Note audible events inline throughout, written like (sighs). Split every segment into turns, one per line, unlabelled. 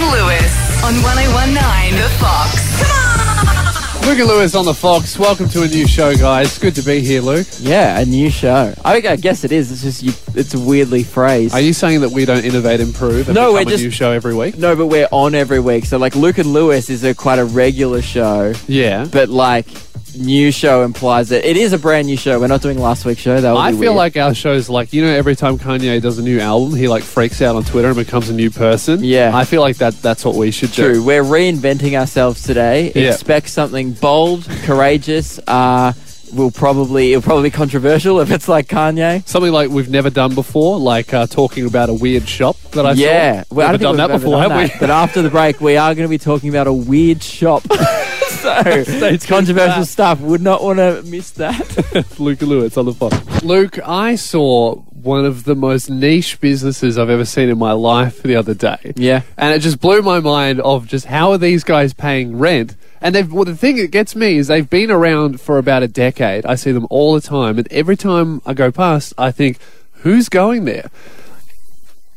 Lewis on 1019 The Fox. Come on!
Luke and Lewis on the Fox. Welcome to a new show, guys. Good to be here, Luke.
Yeah, a new show. I, I guess it is. It's just you, it's weirdly phrased.
Are you saying that we don't innovate, improve, and become
No, we're
a
just-
new show every week?
no, but we're on every week. So like Luke and Lewis is a quite a regular show,
Yeah.
but like new show implies that it is a brand new show. We're not doing last week's show. That would
I
be
feel
weird.
like our show's like, you know, every time Kanye does a new album, he like freaks out on Twitter and becomes a new person.
Yeah.
I feel like that that's what we should do.
true. We're reinventing ourselves today.
Yeah.
Expect something bold, courageous. Uh, will probably it'll probably be controversial if it's like Kanye.
Something like we've never done before, like uh, talking about a weird shop that I
yeah,
saw.
Well, I
never
don't
done
think
that
we've
before,
ever done
have
that.
we?
But after the break, we are going to be talking about a weird shop. (laughs) so it's
tuned for
controversial
that.
stuff. Would not want to miss that.
(laughs) Luke Lewis on the Fox. Luke, I saw one of the most niche businesses I've ever seen in my life the other day.
(laughs) Yeah.
And it just blew my mind of just how are these guys paying rent? And they've, well, the thing that gets me is they've been around for about a decade. I see them all the time. And every time I go past, I think, who's going
Uh,
there?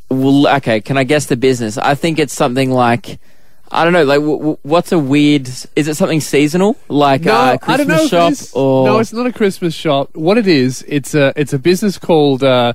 well, okay. Can I guess the business? I think it's something like. I don't know, like, w- w- what's a weird? Is it something seasonal, like
No,
uh,
I don't
Christmas
know. if
shop,
it is-
or
No, it's not a Christmas shop. What it is, it's a, it's a business called uh,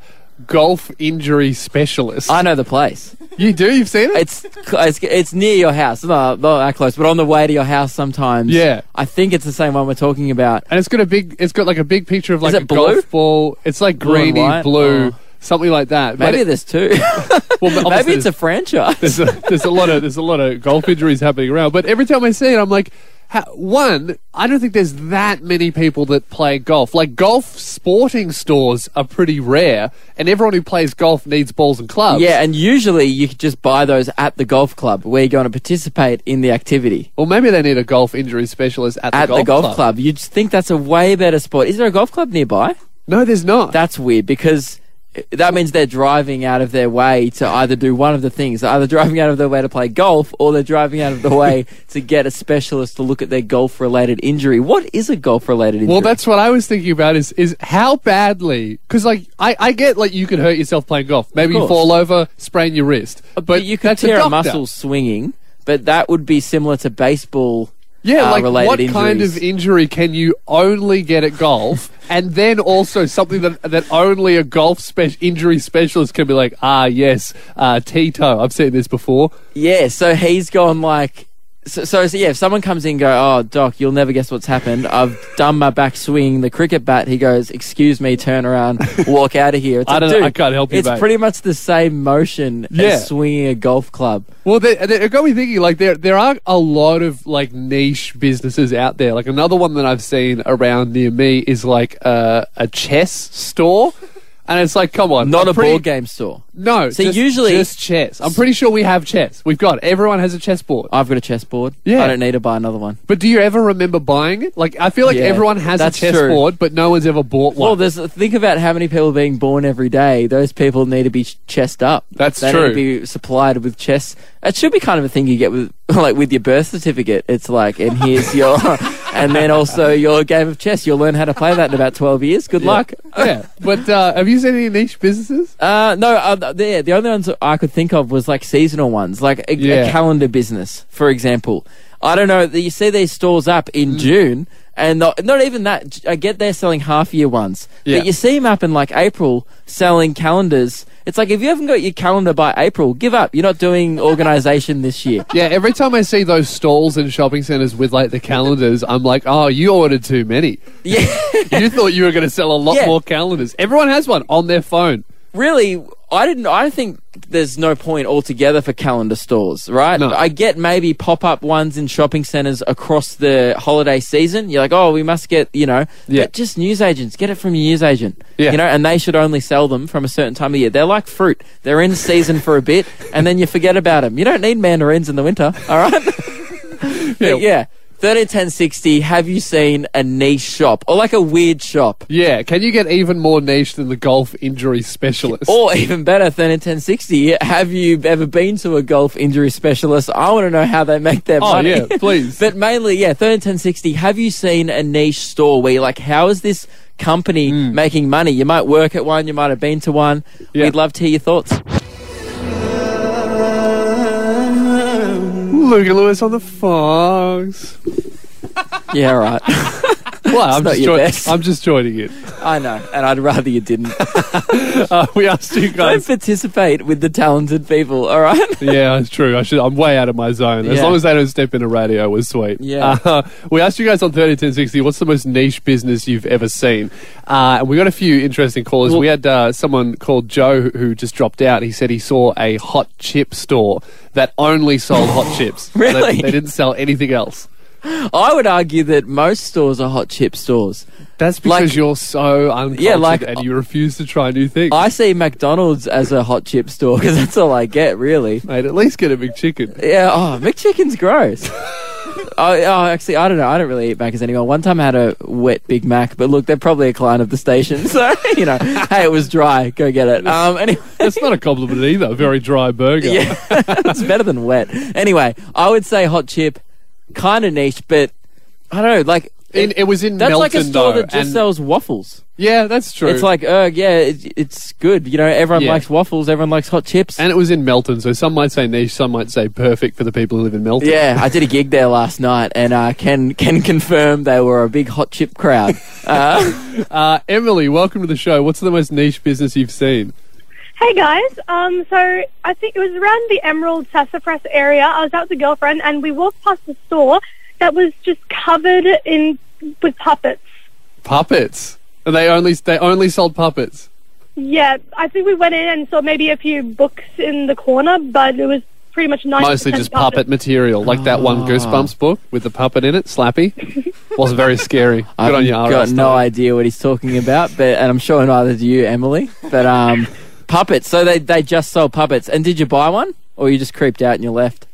Golf Injury Specialist.
I know the place.
you do? You've seen it?
It's it's, it's near your house, not, not that close, but on the way to your house sometimes.
Yeah.
I think it's the same one we're talking about.
and it's got a big it's got like a big picture of like
it
a
blue?
golf ball it's like
Blue and
greeny
white?
blue
Oh.
something like that But
Maybe
it-
there's (laughs) two.
well, obviously
Maybe it's a
there's-
franchise.
there's a, there's a lot of there's a lot of golf injuries happening around but every time i see it i'm like how, one i don't think there's that many people that play golf like golf sporting stores are pretty rare and everyone who plays golf needs balls and clubs
Yeah, and usually you could just buy those at the golf club where you're going to participate in the activity.
well maybe they need a golf injury specialist at the
At
golf,
the golf club. You'd think that's a way better spot. Is there a golf club nearby?
no there's not
That's weird because uh, that means they're driving out of their way to either do one of the things. They're either (laughs) driving out of their way to play golf or they're driving out of
(laughs)
the way to get a specialist to look at their golf related injury. What is a golf related injury?
Well, that's what I was thinking about is is how badly because like I, I get like you can hurt yourself playing golf. Maybe you
course. Uh,
fall over, sprain your wrist, but,
but you could
that's
tear a,
doctor.
muscle swinging, but that would be similar to baseball.
Yeah,
uh,
like
related
what
injuries.
kind of injury can you only get at
(laughs)
golf, and then also something that that only a golf spe- injury specialist can be like, ah, yes, uh, Tito. I've seen this before.
Yeah, so he's gone like. So, so, so yeah, if someone comes in and go, oh, Doc, you'll never guess what's happened. I've done my back swing, the cricket bat. He goes, excuse me, turn around, walk out of here.
(laughs)
It's
I
like,
don't know,
"Dude,
I can't help you,
It's
mate."
pretty much the same motion
Yeah.
as swinging a golf club.
Well, they, they, it got me thinking. Like there, there are a lot of like niche businesses out there. Like another one that I've seen around near me is like uh, a chess store, and it's like, come on,
Not
I'm
a
pretty-
board game store.
No,
So
just-
usually-
just chess. I'm pretty sure we have chess. We've got everyone has a chess board.
I've got a chessboard.
Yeah.
I don't need to buy another one.
but do you ever remember buying it? Like I feel like
Yeah,
everyone has a
that's
chess
true.
board, but no one's ever bought one.
Well, there's think about how many people are being born every day. Those people need to be ch- chessed up.
That's
they
true.
Need to be supplied with chess. It should be kind of a thing you get with (laughs) like with your birth certificate. It's like, and here's your, (laughs) and then also your game of chess. You'll learn how to play that in about twelve years. Good luck.
(laughs) yeah, but uh, have you seen any niche
(laughs)
businesses?
Uh, no, uh, th- the, the only ones that I could think of was like seasonal ones, like a, a
Yeah.
calendar business, for example. I don't know. You see these stores up in
Mm.
June, and not, not even that. j- I get they're selling half year ones,
Yeah.
but you see them up in like April selling calendars. It's like if you haven't got your calendar by April, give up. You're
(laughs)
not doing organization this year.
Yeah, every time I see those stalls in shopping centres with like the calendars, I'm like, oh, you ordered too many.
Yeah.
(laughs) you thought you were going to sell a lot
Yeah.
more calendars. Everyone has one on their phone.
really, I didn't. I think there's no point altogether for calendar stores, right?
No.
I get maybe pop up ones in shopping centres across the holiday season. You're like, oh, we must get, you know,
Yeah.
but just newsagents. Get it from your newsagent,
Yeah.
you know, and they should only sell them from a certain time of year. They're like fruit; they're in season for a bit, and then you forget about them. You don't need mandarins in the winter, all right?
Yeah.
But (laughs) (laughs) yeah. 30 10 60 have you seen a niche shop or like a weird shop
Yeah, can you get even more niche than the golf injury specialist?
Or even better, 30 1060, have you ever been to a golf injury specialist? I want to know how they make their
Oh,
money.
yeah,
(laughs)
please.
but mainly, yeah, 30 1060, have you seen a niche store where you're like, how is this company making money? You might work at one, you might have been to one.
Hmm. Yeah. (laughs)
We'd love to hear your thoughts.
Luke and Lewis on the
(laughs)
Fox.
Yeah, right.
Well, I'm,
not
just
your
joi-
best.
I'm just joining in.
(laughs) I know, and I'd rather you didn't.
Uh, we asked you
(laughs) Don't
guys.
participate with the talented people, all right?
yeah, it's true. I should. I'm way out of my zone. As
Yeah.
long as they don't step into radio, we're sweet.
Yeah.
Uh, we asked you guys on thirty ten sixty. What's the most niche business you've ever seen? Uh, and we got a few interesting callers. we had uh, someone called Joe who- who just dropped out. He said he saw a hot chip store that only sold (laughs) hot chips. They-
Really?
they didn't sell anything else.
(laughs) I would argue that most stores are hot chip stores.
That's
Like-
because you're so uncultured
Yeah, like-
and you refuse to try new things.
I see McDonald's as a hot chip store because that's all I get, really.
Mate, at least get a (laughs) McChicken.
Yeah, oh, McChicken's gross. I, oh, actually, I don't know. I don't really eat Macca's anymore. One time I had a wet Big Mac, but look, they're probably a client of the station. So, (laughs) you know, hey, it was dry. Go get it. Um, anyway. (laughs)
That's not a compliment either. Very dry burger.
Yeah, (laughs) it's better than wet. Anyway, I would say hot chip, kind of niche, but I don't know. Like
In, it was in
that's
Melton,
like a store
though,
that just
and-
sells waffles.
Yeah, that's true.
It's like, uh, yeah, it, it's good. You know, everyone
Yeah.
likes waffles. Everyone likes hot chips.
and it was in Melton, so some might say niche, some might say perfect for the people who live in Melton.
yeah, I did a gig there last night, and uh, can can confirm they were a big hot
(laughs)
chip crowd. Uh,
Uh, Emily, welcome to the show. What's the most niche business you've seen?
Hey guys, um, so I think it was around the Emerald Sassafras area. I was out with a girlfriend and we walked past a store that was just covered in with puppets.
Puppets. And They only they only sold puppets.
Yeah, I think we went in and saw maybe a few books in the corner, but it was pretty much 90%
Mostly just puppet material, like that
Ah.
one Goosebumps book with the puppet in it, Slappy. Wasn't very
(laughs)
scary. Good
I've
on you, R.L.
got no
Stein.
idea what he's talking about, but and I'm sure neither do you, Emily.
(laughs)
But um, puppets. So they they just sold puppets. And did you buy one, or you just creeped out and you left?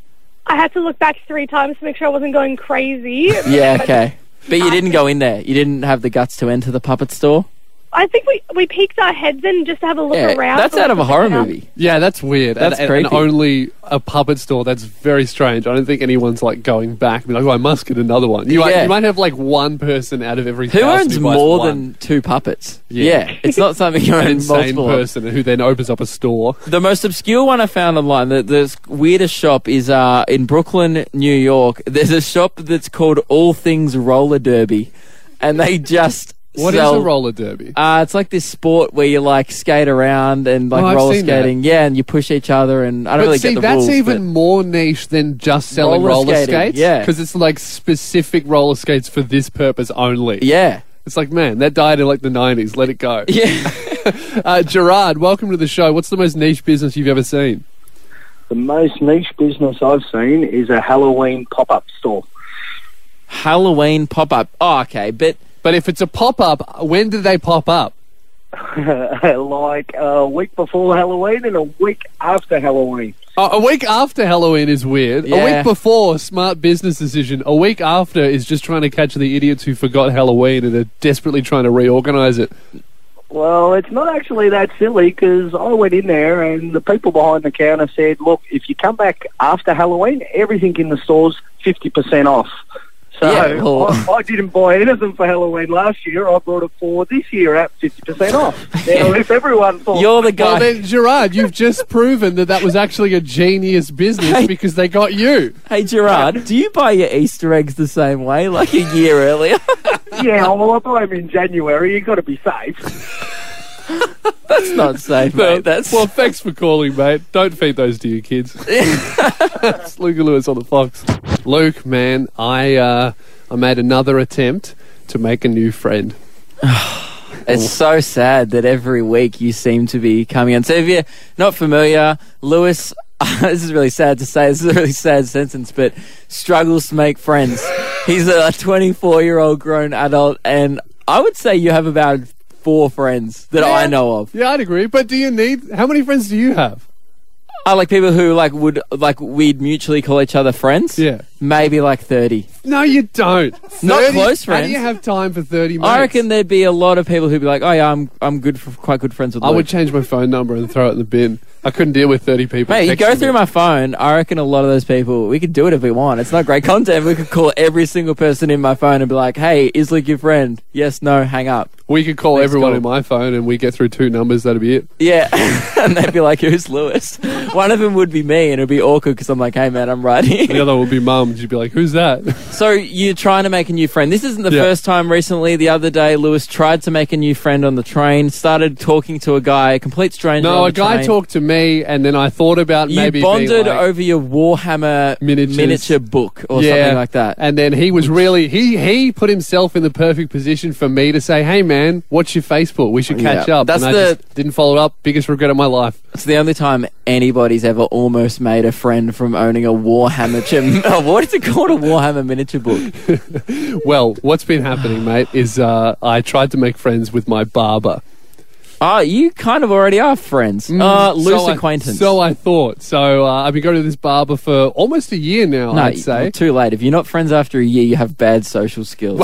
I had to look back three times to make sure I wasn't going crazy.
Yeah, okay. But you didn't go in there. You didn't have the guts to enter the puppet store.
I think we, we peeked our heads in just to have a look
Yeah,
around.
that's out of a horror movie.
Yeah, that's weird.
That's
and, and- and
creepy.
only a puppet store. That's very strange. I don't think anyone's like going back and be like, oh, I must get another one. You, might,
Yeah.
you might have like one person out of every
Who
thousand
owns
buys
more
one.
than two puppets?
Yeah.
Yeah, it's not something
(laughs)
you
an
own
insane
multiple. of.
person who then opens up a store?
The most obscure one I found online, the, the weirdest shop is uh, in Brooklyn, New York. (laughs) There's a shop that's called All Things Roller Derby, and they just
(laughs) What is
sell,
a roller derby?
Uh, it's like this sport where you like skate around and like
Oh, I've
roller
seen that.
skating. Yeah, and you push each other, and I don't
but
really
see,
get the
that's
rules.
even
but-
more niche than just selling
Roller
roller,
skating,
skates.
yeah.
because it's like specific roller skates for this purpose only.
yeah, (laughs)
it's like man, that died in like the nineties. Let it go.
yeah.
Uh, Gerard, welcome to the show. What's the most niche business you've ever seen?
The most niche business I've seen is a Halloween pop-up store. (laughs)
Halloween pop up. Oh, okay, but
But if it's a pop up, when did they pop up?
like a week before Halloween and a week after Halloween.
Uh, a week after Halloween is weird. A
Yeah.
week before, smart business decision. A week after is just trying to catch the idiots who forgot Halloween and are desperately trying to reorganize it.
Well, it's not actually that silly because I went in there and the people behind the counter said, look, if you come back after Halloween, everything in the store's 50% off. So
Yeah, well-
I, I didn't buy anything for Halloween last year. I brought it for this year at
(laughs)
50% off. Now, if everyone thought...
you're the
Well,
guy.
then, Gerard, you've (laughs) just proven that that was actually a genius business because they got you.
hey,
(laughs)
Gerard, do you buy your Easter eggs the same way, like a year earlier? (laughs)
yeah, well, I buy 'em in January. You've got to be safe.
That's not safe, mate. That's
Well, thanks for calling, mate. Don't feed those to your kids. (laughs) it's Luke and Lewis on the Fox. Luke, man, I uh, I made another attempt to make a new friend.
it's so sad that every week you seem to be coming on. So if you're not familiar, Lewis, (laughs) this is really sad to say. This is a really sad sentence, but struggles to make friends. He's a 24 year old grown adult, and I would say you have about four friends that I know of.
Yeah, I'd agree. But do you need how many friends do you have?
I like people who like would like we'd mutually call each other friends.
Yeah.
maybe like 30.
No, you don't.
Not
30
close
How do
friends.
you have time for 30 minutes?
I reckon there'd be a lot of people who'd be like, "Oh yeah, I'm I'm good for quite good friends with."
I
Luke.
would change my phone number and throw it in the bin. I couldn't deal with 30 people.
Mate, you go
texting
through
me.
my phone. I reckon a lot of those people. We could do it if we want. It's not great content. We could call every single person in my phone and be like, "Hey, is Luke your friend?" Yes, no, hang up.
We could call
Thanks,
everyone
cool.
in my phone and we get through two numbers. That'd be it.
Yeah, (laughs) and they'd be like, "Who's Lewis?" (laughs) One of them would be me, and it'd be awkward because I'm like, "Hey, man, I'm right
The
here."
other would be mum. She'd be like, who's that? (laughs)
So you're trying to make a new friend. This isn't the
Yeah.
first time recently. The other day, Lewis tried to make a new friend on the train. Started talking to a guy, a complete stranger.
no,
on
a
the
guy
train.
talked to me and then I thought about
You
maybe. being
bonded
like-
over your Warhammer
Miniatures.
miniature book or something like that.
And then he was really he he put himself in the perfect position for me to say, "Hey man, what's your Facebook? We should catch
Yeah.
up."
That's
and I
the-
just didn't follow up. Biggest regret of my life.
It's the only time anybody's ever almost made a friend from owning a Warhammer. Chim- oh, (laughs) what is it called? A Warhammer miniature
(laughs)
book.
Well, what's been happening, mate, is uh, I tried to make friends with my barber.
Ah, you kind of already are friends. uh, loose
Mm, So I-
acquaintance.
so I thought. So uh, I've been going to this barber for almost a year now.
no,
I'd say.
Ah, you're too late. If you're not friends after a year, you have bad
(laughs)
social skills.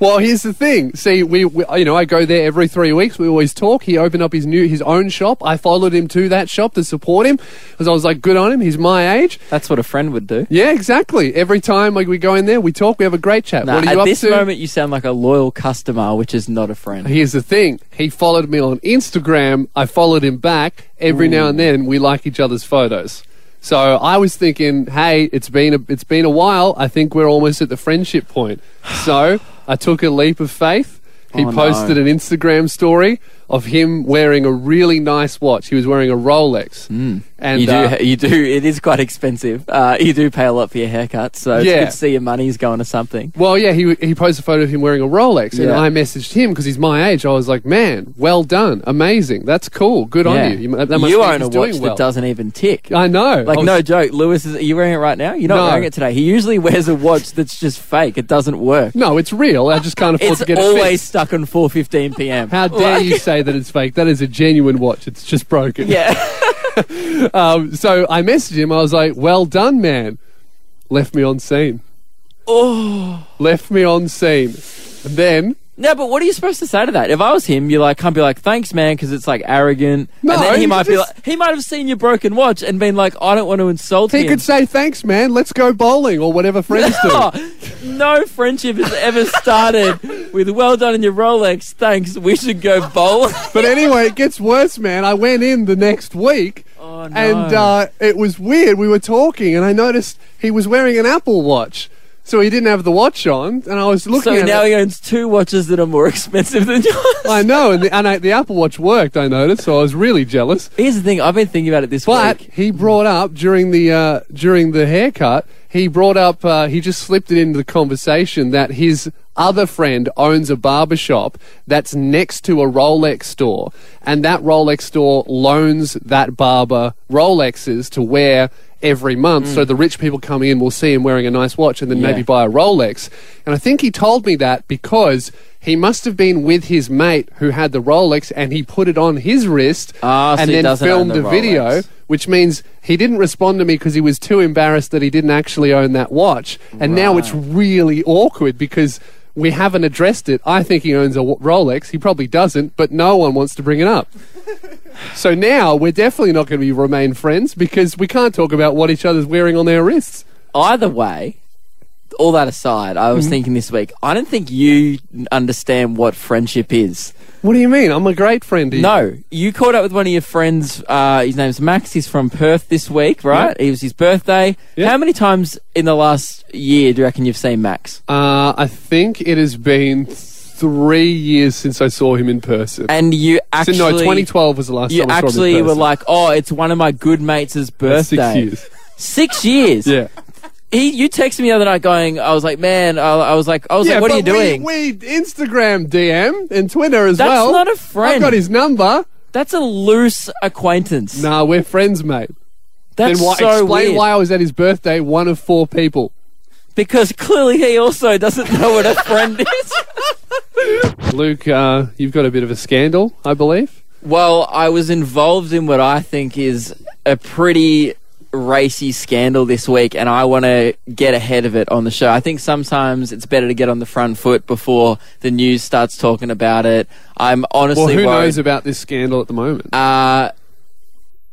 Well, here's the thing. See, we, we, you know, I go there every three weeks. We always talk. He opened up his new, his own shop. I followed him to that shop to support him because I was like, good on him. He's my age.
That's what a friend would do.
Yeah, exactly. Every time like we go in there, we talk. We have a great chat.
Nah,
what are you
at
up
this
to?
moment, you sound like a loyal customer, which is not a friend.
Here's the thing. He followed me on Instagram. I followed him back. Every now and then, we like each other's photos. So I was thinking, hey, it's been a, it's been a while. I think we're almost at the friendship
(sighs)
point. So I took a leap of faith. He
Oh, no.
posted an Instagram story of him wearing a really nice watch. He was wearing a Rolex. Mm. And
Hmm. you do,
uh,
you do. (laughs) It is quite expensive. Uh, you do pay a lot for your haircut, so it's
Yeah.
good to see your money's going to something.
Well, yeah, he he posted a photo of him wearing a Rolex, and
Yeah.
I messaged him because he's my age. I was like, "Man, well done, amazing, that's cool, good on you." mu- that must
you
mean
own
he's
a
doing
watch
well.
that doesn't even tick.
I know, Oh,
Like
I was-
no joke, Lewis is. Are you wearing it right now? You're not
No.
wearing it today. He usually wears a watch that's just fake. It doesn't work.
no, it's real. I just can't afford
It's
to get it
always
fixed.
stuck on 4:15 p.m.
How dare you say that it's fake? That is a genuine watch. It's just broken.
Yeah.
(laughs)
(laughs)
Um, so I messaged him. I was like, "Well done, man." Left me on scene.
oh.
Left me on scene. And then
No, but what are you supposed to say to that? If I was him, you like can't be like thanks, man, because it's like arrogant.
No,
and then he
you
might be
just-
like he might have seen your broken watch and been like I don't want to insult
he
him. (laughs)
could say, "Thanks, man. Let's go bowling or whatever friends do."
no, Oh, no friendship has ever started with well done in your Rolex. Thanks. We should go bowling.
But anyway, it gets worse, man. I went in the next week,
Oh, no.
and uh, it was weird. We were talking, and I noticed he was wearing an Apple Watch, so he didn't have the watch on, and I was looking.
So
at
now
it.
he owns two watches that are more (laughs) expensive than yours.
I know, and, the, and I, the Apple Watch worked. I noticed, so I was really jealous.
Here's the thing. I've been thinking about it this
But
week.
he brought up during the uh, during the haircut. He brought up. Uh, he just slipped it into the conversation that his other friend owns a barber shop that's next to a Rolex store, and that Rolex store loans that barber Rolexes to wear every month. So the rich people coming in will see him wearing a nice watch, and then
Mm. Yeah.
maybe buy a Rolex. And I think he told me that because. He must have been with his mate who had the Rolex, and he put it on his wrist,
Ah, so
and
he
then
doesn't own
filmed
the
a video,
Rolex.
which means he didn't respond to me because he was too embarrassed that he didn't actually own that watch. And now it's really awkward because we haven't addressed it. I think he owns a w- Rolex. He probably doesn't, but no one wants to bring it
(laughs)
up. so now we're definitely not going to be remain friends because we can't talk about what each other's wearing on their wrists.
Either way, all that aside, I
Mm-hmm.
was thinking this week. I don't think you understand what friendship is.
What do you mean? I'm a great friend. to you.
No, you caught up with one of your friends. Uh, his name's Max. He's from Perth this week, right? It was his birthday.
Yeah.
How many times in the last year do you reckon you've seen Max?
Uh, I think it has been three years since I saw him in person.
And you
So,
actually
no, 2012 was the last
You
time I saw him in person.
actually were like, "Oh, it's one of my good mates'
That's
birthday."
six years.
Six years.
Yeah.
He, you texted me the other night going, I was like, man, I, I was like, I was like, what are you
but we-
doing?
We, Instagram DM and Twitter as
That's
well.
not a friend.
I've got his number.
That's a loose acquaintance.
Nah, we're friends, mate.
That's
then why,
so
explain
weird.
why I was at his birthday, one of four people.
Because clearly he also doesn't know what a friend
(laughs)
is.
Luke, uh, you've got a bit of a scandal, I believe.
Well, I was involved in what I think is a pretty racy scandal this week, and I want to get ahead of it on the show. I think sometimes it's better to get on the front foot before the news starts talking about it. I'm honestly
Well, who
worried.
knows about this scandal at the moment?
Uh,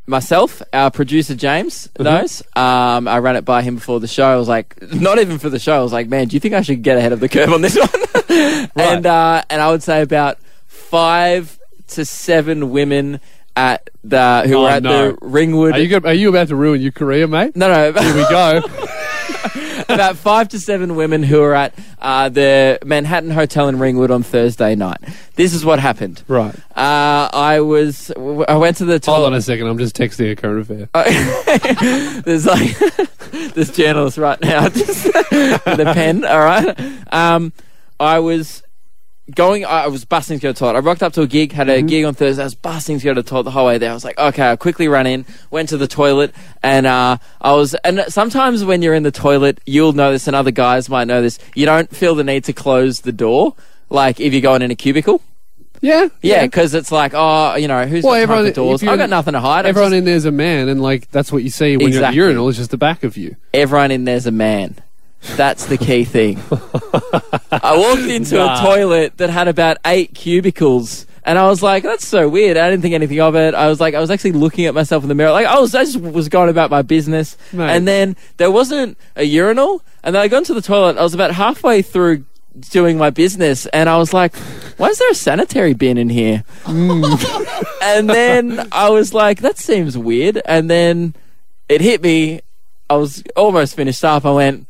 myself, our producer James
Mm-hmm.
knows. Um, I ran it by him before the show. I was like, not even for the show. I was like, man, do you think I should get ahead of the curve on this (laughs) one? And uh, and I would say about five to seven women at the who
Oh,
were at
no.
the Ringwood.
are you go- are you about to ruin your career,
(laughs)
mate?
no, no.
Here we
(laughs)
go.
about five to seven women who were at uh, the Manhattan Hotel in Ringwood on Thursday night. This is what happened.
right.
Uh, I was. w- I went to the toilet.
Hold on a second. I'm just texting a current affair.
Uh, (laughs) there's like (laughs) this journalist right now (laughs) just with a pen all right um, i was going i I was busting to go to the toilet i rocked up to a gig had a
Mm-hmm.
gig on thursday i was busting to go to the toilet the whole way there i was like okay i quickly ran in went to the toilet and uh, i was and sometimes when you're in the toilet you'll know this and other guys might know this you don't feel the need to close the door like if you're going in a cubicle
yeah.
yeah, because it's like, oh, you know, who's
Well,
got time
everyone-
for doors?
if you-
I've got nothing to hide. I'm
Everyone
just-
in there's a man, and like that's what you see when
Exactly.
you're at the urinal. It's just the back of you.
everyone in there's a man. That's the key thing. I walked into
Nah.
a toilet that had about eight cubicles. And I was like, that's so weird. I didn't think anything of it. I was like, I was actually looking at myself in the mirror. Like, I was, I just was going about my business.
Mate.
And then there wasn't a urinal. And then I got into the toilet. I was about halfway through doing my business. And I was like, why is there a sanitary bin in here? (laughs) and then I was like, that seems weird. And then it hit me. I was almost finished up. I went,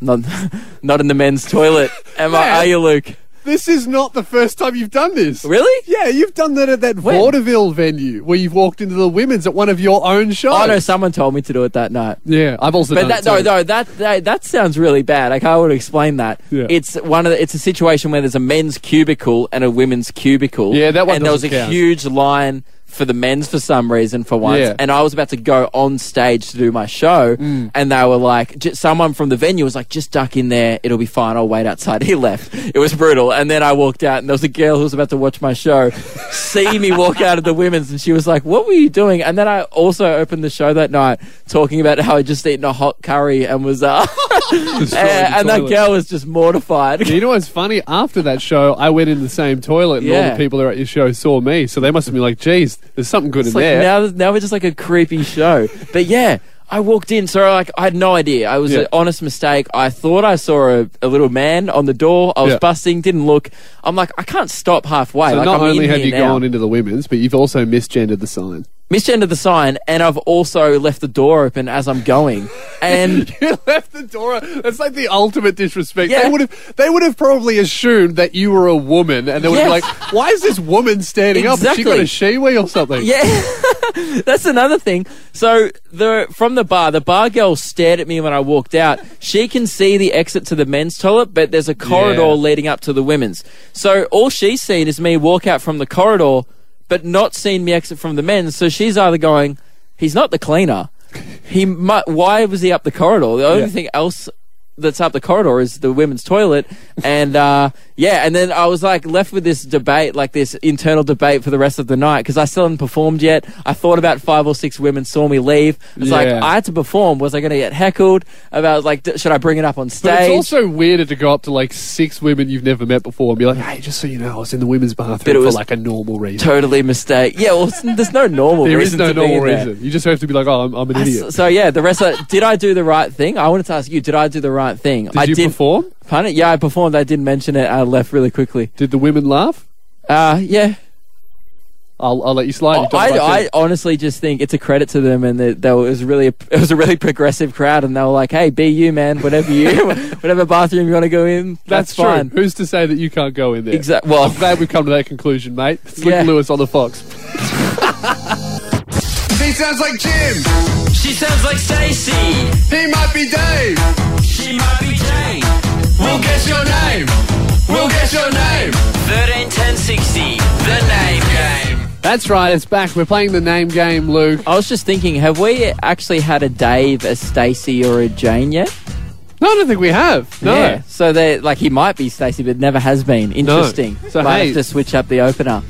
I'm not, (laughs) not in the men's toilet. Am I?
Yeah.
Are you, Luke?
This is not the first time you've done this.
Really?
Yeah, you've done that at that
When?
vaudeville venue where you've walked into the women's at one of your own shows.
Oh no, someone told me to do it that night.
Yeah, I've also
But
done
that,
it
no,
too.
no, that, that that sounds really bad. Like I would explain that.
Yeah.
It's one of the, it's a situation where there's a men's cubicle and a women's cubicle.
Yeah, that one
And there was a
doesn't count.
huge line for the men's for some reason for once.
Yeah. Mm.
And I was about to go on stage to do my show, and they were like, j- someone from the venue was like, "Just duck in there, it'll be fine." I'll wait outside. (laughs) He left. It was brutal. And then I walked out, and there was a girl who was about to watch
(laughs)
my show, see me walk out of the women's, and she was like, "What were you doing?" And then I also opened the show that night talking about how I'd just eaten a hot curry and
(laughs)
was, uh, (laughs) and,
Destroyed the
and that
toilet.
girl was just mortified.
You know what's funny? After that show, I went in the same toilet, and all
Yeah.
the people that were at your show saw me. So they must have been like, "Geez, there's something good in
It's like
there."
now, now we're just like a creepy
(laughs)
show. but yeah, I walked in, so like I had no idea. I was
Yeah.
an honest mistake. I thought I saw a, a little man on the door. I was
Yeah.
busting, didn't look. I'm like, I can't stop halfway.
so
like,
not
I'm
only
in
have
here
you
now.
gone into the women's, but you've also misgendered the sign.
misgendered the sign, and I've also left the door open as
(laughs)
I'm going. And
you left the door. That's like the ultimate disrespect.
Yeah.
They would have. They would have probably assumed that you were a woman, and they would
Yes.
be like, "Why is this woman standing up? Has she got a shiwi or something?"
Yeah, (laughs) that's another thing. So the from the bar, the bar girl stared at me when I walked out. She can see the exit to the men's toilet, but there's a corridor
Yeah.
leading up to the women's. So all she's seen is me walk out from the corridor, but not seen me exit from the men's. So she's either going, "He's not the cleaner. He mu- why was he up the corridor? The only
Yeah.
thing else." That's up the corridor is the women's toilet, and uh, yeah, and then I was like left with this debate, like this internal debate for the rest of the night because I still hadn't performed yet. I thought about five or six women saw me leave. It's like
Yeah.
I had to perform. Was I going to get heckled about like d- should I bring it up on stage?
But it's also weirder to go up to like six women you've never met before and be like, "Hey, just so you know, I was in the women's
it
bathroom for
was-
like a normal reason."
totally mistake. Yeah, well, s- there's no normal.
There is
reason
no
to be
normal
in there.
reason. You just have to be like, "Oh, I'm, I'm an
I s-
idiot."
So yeah, the rest of did I do the right thing? I wanted to ask you, did I do the right thing?
Did
I
you
did
perform?
Pardon? Yeah, I performed. I didn't mention it. I left really quickly.
Did the women laugh?
Uh, yeah.
I'll, I'll let you slide. You talk
Oh, I,
about
I
that.
honestly just think it's a credit to them, and that they were, it was really a, (laughs) it was a really progressive crowd, and they were like, "Hey, be you, man. Whatever you, (laughs) whatever bathroom you want to go in,
that's
that's, fine."
true. Who's to say that you can't go in there?
Exactly. Well,
I'm glad we've come to that conclusion, mate. It's Luke
Yeah.
Lewis on the Fox.
He sounds like Jim.
She sounds like Stacy.
He might be Dave.
She might be Jane.
We'll guess your name. We'll guess your name.
13, 10, 60. The name game.
That's right, it's back. We're playing the name game, Luke.
I was just thinking, have we actually had a Dave, a Stacy, or a Jane yet?
No, I don't think we have. No.
Yeah. So they like he might be Stacy, but never has been. Interesting.
So,
Might
hey-
have to switch up the opener.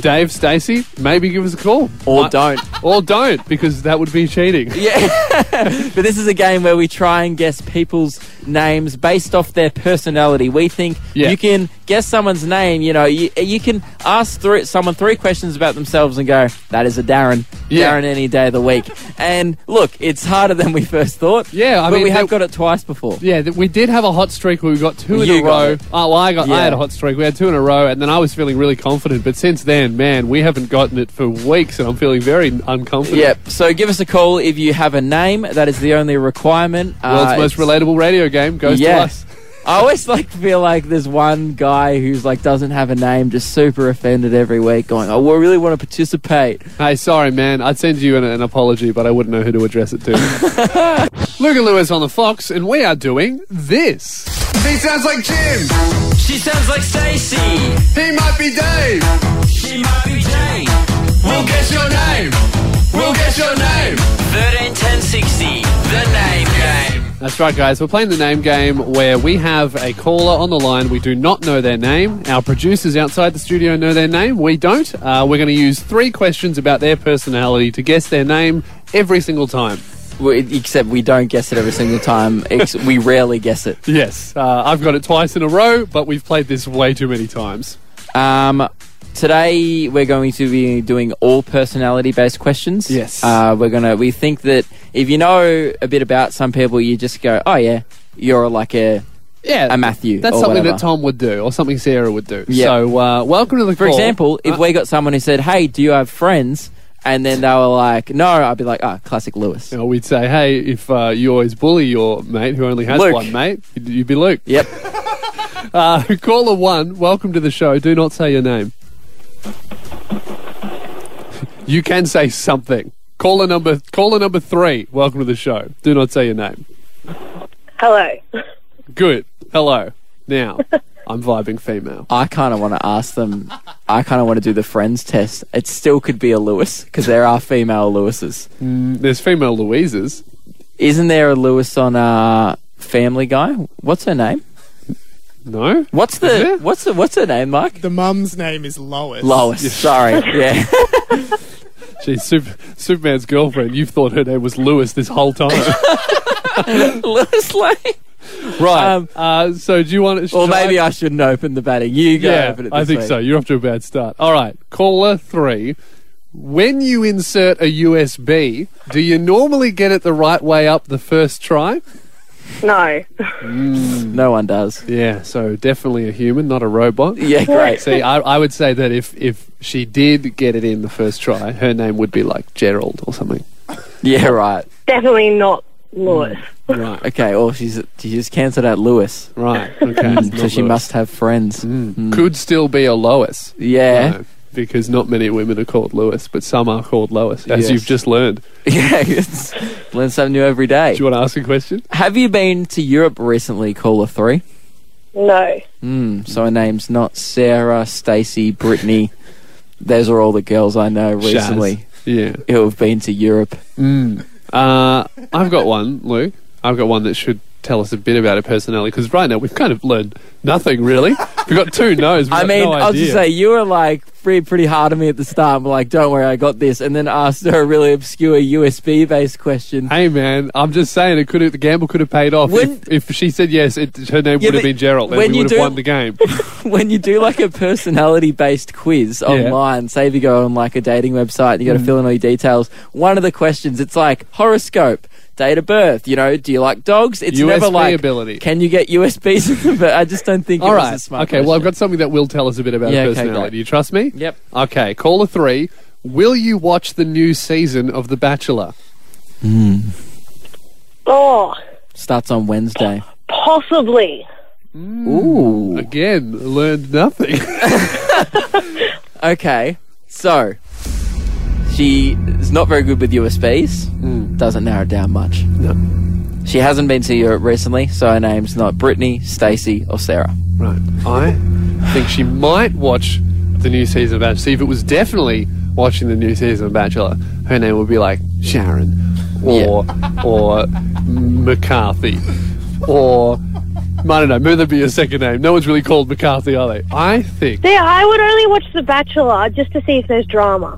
Dave, Stacey, maybe give us a call.
Or
Uh, (laughs)
don't.
Or don't, because that would be cheating.
Yeah. but this is a game where we try and guess people's names based off their personality. We think
Yeah.
you can guess someone's name, you know, you, you can ask three, someone three questions about themselves and go, that is a Darren.
Yeah.
Darren any day of the week. and look, it's harder than we first thought.
Yeah, I
but
mean,
we have
there-
got it twice before.
Yeah, th- we did have a hot streak where we got two in
You
a
got
row.
it.
Oh, well, I got I
Yeah.
had a hot streak. We had two in a row, and then I was feeling really confident. But since then, man, we haven't gotten it for weeks, and I'm feeling very unconfident.
Yep. So give us a call if you have a name. That is the only requirement.
World's
Uh,
most
it's-
relatable radio game goes to
Yes.
us.
I always like feel like there's one guy who's like doesn't have a name, just super offended every week, going, "Oh, we really want to participate."
Hey, sorry, man. I'd send you an, an apology, but I wouldn't know who to address it to. Luca Lewis on the Fox, and we are doing this.
He sounds like Jim.
She sounds like Stacy.
He might be Dave.
She might be Jane.
We'll guess your name. We'll guess your name.
13 10 60, the name game.
That's right, guys. We're playing the name game where we have a caller on the line. We do not know their name. Our producers outside the studio know their name. We don't. Uh, we're going to use three questions about their personality to guess their name every single time.
We, except we don't guess it every single time. Ex- we rarely guess it.
Yes, uh, I've got it twice in a row, but we've played this way too many times.
Um, today we're going to be doing all personality-based questions.
Yes.
Uh, we're gonna. We think that if you know a bit about some people, you just go, "Oh yeah, you're like a."
Yeah,
A Matthew
That's
or
something
whatever.
that Tom would do, or something Sarah would do.
Yeah.
So, uh, welcome to the
For
call.
example, if
Uh,
we got someone who said, "Hey, do you have friends?" and then they were like, "No," I'd be like, "Ah, classic Lewis."
you know, we'd say, hey, if uh, you always bully your mate who only has
Luke.
one mate, you'd, you'd be Luke.
Yep.
Uh, (laughs) caller one, welcome to the show. Do not say your name. (laughs) You can say something. Caller number caller number three, welcome to the show. Do not say your name.
Hello.
Good. Hello. Now, I'm vibing female.
I kind of want to ask them. I kind of want to do the friends test. It still could be a Lewis because there are female Lewises.
There's female Louises.
Isn't there a Lewis on uh, Family Guy? What's her name?
No?
What's
Is there?
the what's the, what's her name, Mike?
The mum's name is Lois.
Lois. (laughs) Sorry. Yeah.
She's Super, Superman's girlfriend. You've thought her name was Lewis this whole
(laughs)
time.
Lewis Lane.
right.
Um,
uh, so do you want to...
Or maybe I shouldn't open the batting. You go
Yeah,
open it. This
I think
week.
so. You're off to a bad start. All right, caller three. When you insert a USB, do you normally get it the right way up the first try?
No.
No one does.
Yeah, so definitely a human, not a
(laughs)
robot.
Yeah. Great.
See, I, I would say that if, if she did get it in the first try, her name would be like Gerald or something.
Yeah. Right.
Definitely not Lewis.
Right,
Okay. Well, she's she just cancelled out Lewis, (laughs) Mm.
right, okay.
so she must have friends. Mm.
Could still be a Lois.
Yeah.
No, because not many women are called Lewis, but some are called Lois, as
Yes.
you've just learned.
(laughs) Yeah, it's learn something new every day.
Do you want to ask a question?
Have you been to Europe recently, caller three? Hmm.
No.
Mm, so her name's not Sarah, Stacey, Brittany. Those are all the girls I know recently
Yeah.
who have been to Europe.
Uh, I've got one, Luke. I've got one that should tell us a bit about her personality because right now we've kind of learned nothing really. We've got two no's. We've
(laughs) I
got
mean,
no
I'll just
idea.
say you were like pretty, pretty hard on me at the start. But like, don't worry, I got this. And then asked her a really obscure USB-based question.
Hey man, I'm just saying it could have the gamble could have paid off
When-
if, if she said yes. It, her name
Yeah,
would have
but
been Gerald, and
when
we
you
would have
do-
won the game.
(laughs) when you do like a personality based quiz online, say if you go on like a dating website and you
Mm.
got to fill in all your details, one of the questions it's like horoscope, date of birth, you know, do you like dogs? (laughs) It's never
USB
like
ability.
can you get USBs? (laughs) but I just don't think
All
it
right.
was a smart.
okay. Well, I've
question.
got something that will tell us a bit about
Yeah,
her
okay,
personality.
great.
Do you trust me?
Yep.
Okay. Caller three. Will you watch the new season of The Bachelor?
Oh,
starts on Wednesday.
possibly.
Ooh.
Again, learned nothing. (laughs)
Okay. So she is not very good with USBs. Doesn't narrow it down much.
Hmm. No.
She hasn't been to Europe recently, so her name's not Brittany, Stacey, or Sarah.
Right. I think she might watch the new season of Bachelor. See, if it was definitely watching the new season of Bachelor, her name would be like Sharon or or McCarthy or I don't know. May that be your second name. No one's really called McCarthy, are they? I think.
There, I would only watch The Bachelor just to see if there's drama.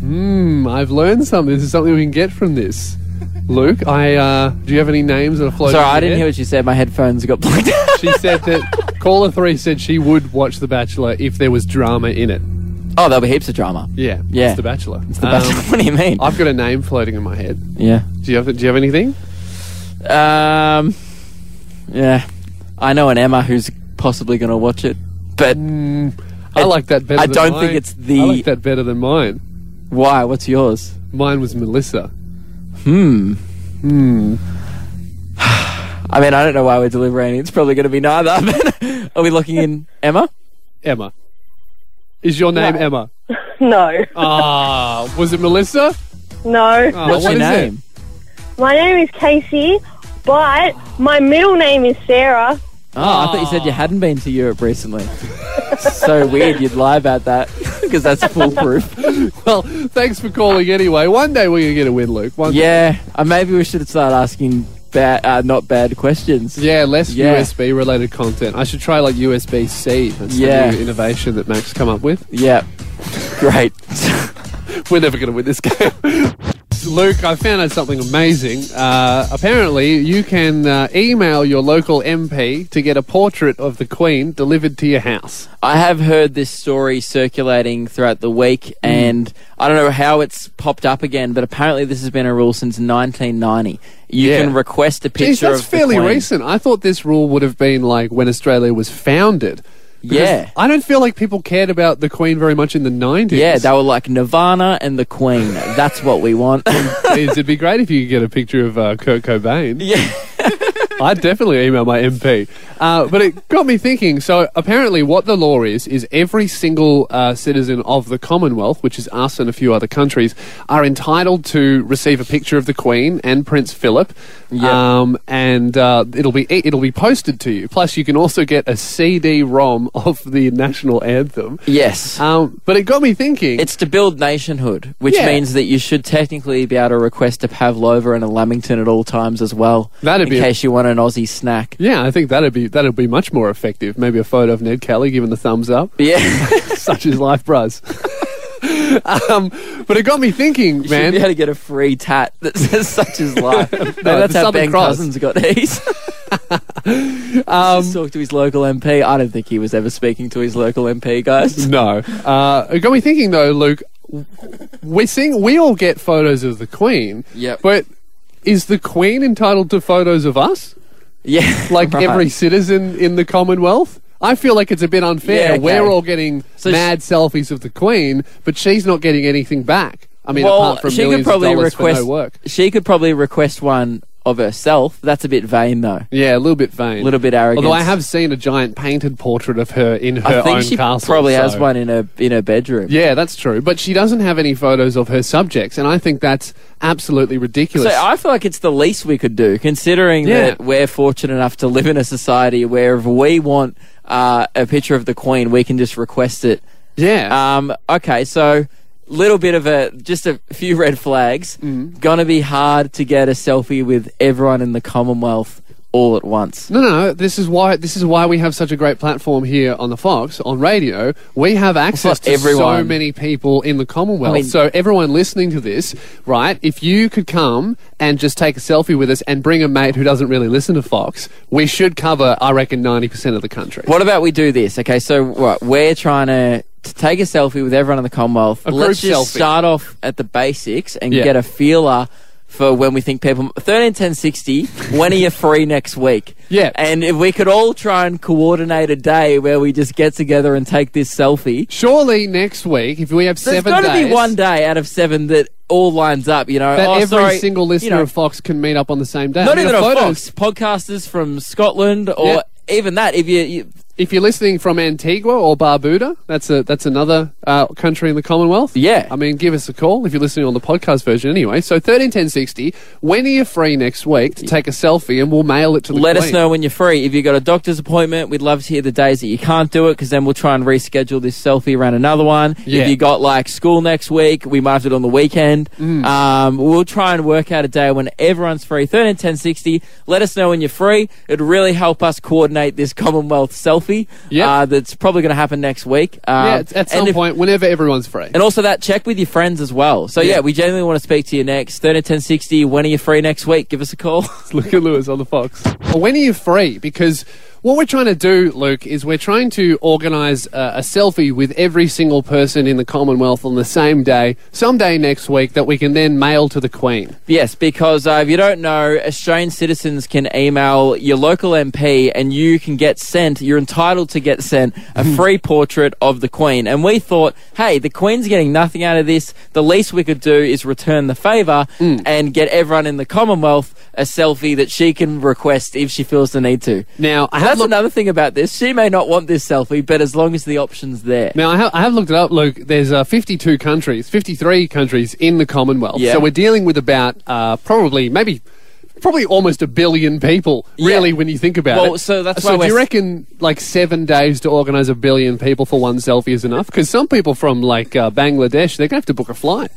Hmm. I've learned something. This is something we can get from this. Luke, I uh, do you have any names that are floating?
Sorry,
in
I
the
didn't hear
air?
what you said. My headphones got plugged out. (laughs)
She said that caller three said she would watch The Bachelor if there was drama in it.
oh, there'll be heaps of drama.
Yeah,
Yeah.
It's The Bachelor. It's
The Bachelor- (laughs) what do you mean?
Um, I've got a name floating in my head.
yeah.
Do you have? Do you have anything?
Um, yeah. I know an Emma who's possibly going to watch it, but
Hmm. I like that better.
I
than
don't think
mine.
it's the-
I like that better than mine.
why? What's yours?
Mine was Melissa.
I mean, I don't know why we're delivering. It's probably going to be neither. (laughs) but Are we locking in Emma?
Emma. Is your name Emma?
No.
Ah, was it Melissa?
No.
Ah,
What's
what
your
is it?
name?
My name is Casey, but my middle name is Sarah.
Oh, I thought you said
Ah.
you hadn't been to Europe recently. (laughs) so weird you'd lie about that (laughs) because that's foolproof.
Well, thanks for calling anyway. One day we're gonna get a win, Luke. One
yeah, uh, maybe we should start asking bad, uh, not bad questions.
Yeah, less
Yeah.
USB related content. I should try like USB C. That's
Yeah.
the new innovation that Max come up with.
Yeah. Great. (laughs)
We're never gonna win this game. Luke, I found out something amazing. Uh, apparently, you can uh, email your local MP to get a portrait of the Queen delivered to your house.
I have heard this story circulating throughout the week,
Hmm.
and I don't know how it's popped up again, but apparently this has been a rule since 1990. You
Yeah.
can request a picture
Jeez, that's
of the
fairly
Queen.
recent. I thought this rule would have been like when Australia was founded. Because
Yeah.
I don't feel like people cared about the Queen very much in the 90s.
Yeah, they were like Nirvana and the Queen. That's what we
(laughs)
want.
Jeez, it'd be great if you could get a picture of uh, Kurt Cobain.
yeah.
(laughs) I'd definitely email my MP. Uh, but it got me thinking. So apparently, what the law is is every single uh, citizen of the Commonwealth, which is us and a few other countries, are entitled to receive a picture of the Queen and Prince Philip.
Yeah.
Um, and uh, it'll be it'll be posted to you. Plus, you can also get a CD-ROM of the national anthem.
Yes.
Um, but it got me thinking.
It's to build nationhood, which
Yeah.
means that you should technically be able to request a pavlova and a lamington at all times as well.
That'd
in
be a-
case you want an Aussie snack.
yeah, I think that'd be that'd be much more effective. Maybe a photo of Ned Kelly giving the thumbs up. (laughs)
Yeah, (laughs)
Such is life, bros. (laughs) um, but it got me
(laughs)
thinking,
should
man.
be able to get a free tat that says
(laughs)
"Such is life." Maybe that's
the
how
Southern
Ben
Cross. Um,
Cousins
(laughs)
got these. Just talk to his local MP. I don't think he was ever speaking to his local MP, guys.
No, uh, it got me thinking though, Luke. w- We're seeing we all get photos of the Queen.
Yep.
But is the Queen entitled to photos of us,
(laughs) Yeah,
like
right.
every citizen in the Commonwealth? I feel like it's a bit unfair.
Yeah, okay.
We're all getting
So
mad selfies of the Queen, but she's not getting anything back. I mean, apart from millions of dollars for no work.
She could probably request one of herself. That's a bit vain, though.
Yeah, a little bit vain, a
Little bit arrogant.
Although I have seen a giant painted portrait of her in her
I think
own
she
castle.
probably has
so-
one in her in her bedroom.
Yeah, that's true. But she doesn't have any photos of her subjects, and I think that's absolutely
So
ridiculous.
I feel like it's the least we could do, considering
Yeah.
that we're fortunate enough to live in a society where if we want uh, a picture of the Queen, we can just request it.
yeah.
Um, okay, so little bit of a just a few red flags.
Mm.
Gonna be hard to get a selfie with everyone in the Commonwealth all at once.
no, no, no. This is why. This is why we have such a great platform here on the Fox on radio. We have access
not
to so
everyone.
many people in the Commonwealth.
I mean-
so everyone listening to this, right? If you could come and just take a selfie with us and bring a mate who doesn't really listen to Fox, we should cover, I reckon, ninety percent of the country.
What about we do this? Okay, so what we're trying to, to take a selfie with everyone in the Commonwealth.
A
Let's
group
just
selfie.
start off at the basics and
Yeah.
get a feeler for when we think people thirteen ten sixty. when are you free next week?
(laughs) Yeah.
and if we could all try and coordinate a day where we just get together and take this selfie.
Surely next week, if we have
There's
seven
got to
days,
be one day out of seven that all lines up. You know,
that
Oh,
every
sorry,
single
you
listener
know,
of Fox can meet up on the same day. I
not
mean,
even
the
a
photos-
Fox podcasters from Scotland or
Yeah.
even that. If you, you
If you're listening from Antigua or Barbuda, that's a that's another uh, country in the Commonwealth.
Yeah.
I mean, give us a call if you're listening on the podcast version anyway. So thirteen ten sixty. When are you free next week to take a selfie and we'll mail it to the
Let us
Queen.
know when you're free. If you've got a doctor's appointment, we'd love to hear the days that you can't do it because then we'll try and reschedule this selfie around another one.
Yeah.
If you got like school next week, we might have it on the weekend.
Mm.
Um, we'll try and work out a day when everyone's free. 13 10 60. Let us know when you're free. It'd really help us coordinate this Commonwealth selfie
Yep.
uh, that's probably going to happen next week. Um,
Yeah, at- at some
and if-
point, whenever everyone's free.
And also that check with your friends as well. So yeah, we genuinely want to speak to you next. 13 10 60. When are you free next week? Give us a call. (laughs)
(laughs) Luke and Lewis on the Fox. When are you free? Because what we're trying to do, Luke, is we're trying to organise uh, a selfie with every single person in the Commonwealth on the same day, someday next week, that we can then mail to the Queen.
Yes, because uh, if you don't know, Australian citizens can email your local MP and you can get sent, you're entitled to get sent
(laughs)
a free portrait of the Queen. And we thought, hey, the Queen's getting nothing out of this. The least we could do is return the favour
Mm.
and get everyone in the Commonwealth a selfie that she can request if she feels the need to.
Now, I have
That's
looked,
another thing about this. She may not want this selfie, but as long as the option's there.
now I, ha- I have looked it up, Luke. There's uh, 52 countries, 53 countries in the Commonwealth.
Yeah.
So we're dealing with about uh, probably maybe. Probably almost a billion people, really,
Yeah.
when you think about it.
Well, so that's why
do you
we're-
reckon like seven days to organise a billion people for one selfie is enough? Because some people from like uh, Bangladesh, they're going to have to book a flight.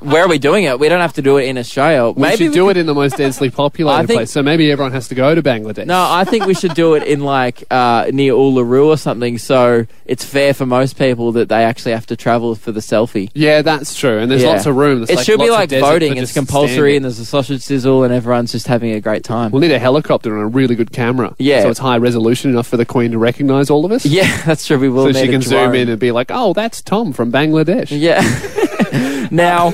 Where are we doing it? We don't have to do it in Australia.
We should
we
do it in the most densely populated
(laughs) I think-
place. So maybe everyone has to go to Bangladesh.
No, I think we should do it in like uh, near Uluru or something, so it's fair for most people that they actually have to travel for the selfie.
Yeah, that's true. And there's
Yeah.
lots of room. There's,
it should
lots
be
of
like
desert
voting;
for
it's
just
compulsory,
standing.
and there's a sausage sizzle, and everyone's just having a great time.
We'll need a helicopter and a really good camera.
Yeah.
So it's high resolution enough for the Queen to recognise all of us.
(laughs) yeah, that's true. We will.
So
need
she
a
can zoom
drone.
in and be like, oh, that's Tom from Bangladesh.
Yeah.
(laughs)
now,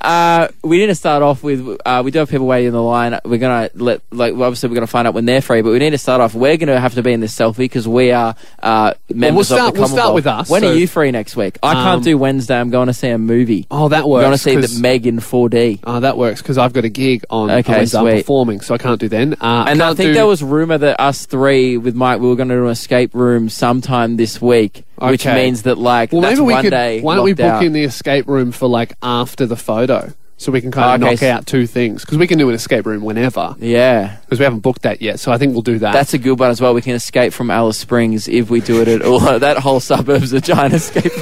uh, we need to start off with. Uh, we do have people waiting in the line. We're gonna let, like, well, obviously, we're gonna find out when they're free, but we need to start off. We're gonna have to be in this selfie because we are uh, members
start-
of the
we'll start
Commonwealth.
with us,
When
so-
are you free next week? I
Um,
can't do Wednesday. I'm going to see a movie.
Oh, that
I'm
works.
going to see
'cause-
the Meg in 4D.
Oh, that works because I've got a gig on
Okay,
okay, I'm
sweet.
performing, so I can't do then. Uh,
And I
can't
think
do-
there was rumor that us three with Mike we were going to do an escape room sometime this week, which
Okay.
means that like
Well,
that's
maybe we
one
could.
day.
why don't we
locked
book
out.
in the escape room for like after the photo, so we can kind of
Okay,
knock
s-
out two things because we can do an escape room whenever
Yeah.
because we haven't booked that yet. So I think we'll do that.
That's a good one as well. We can escape from Alice Springs if we do it at all. (laughs) that whole suburb's a giant escape.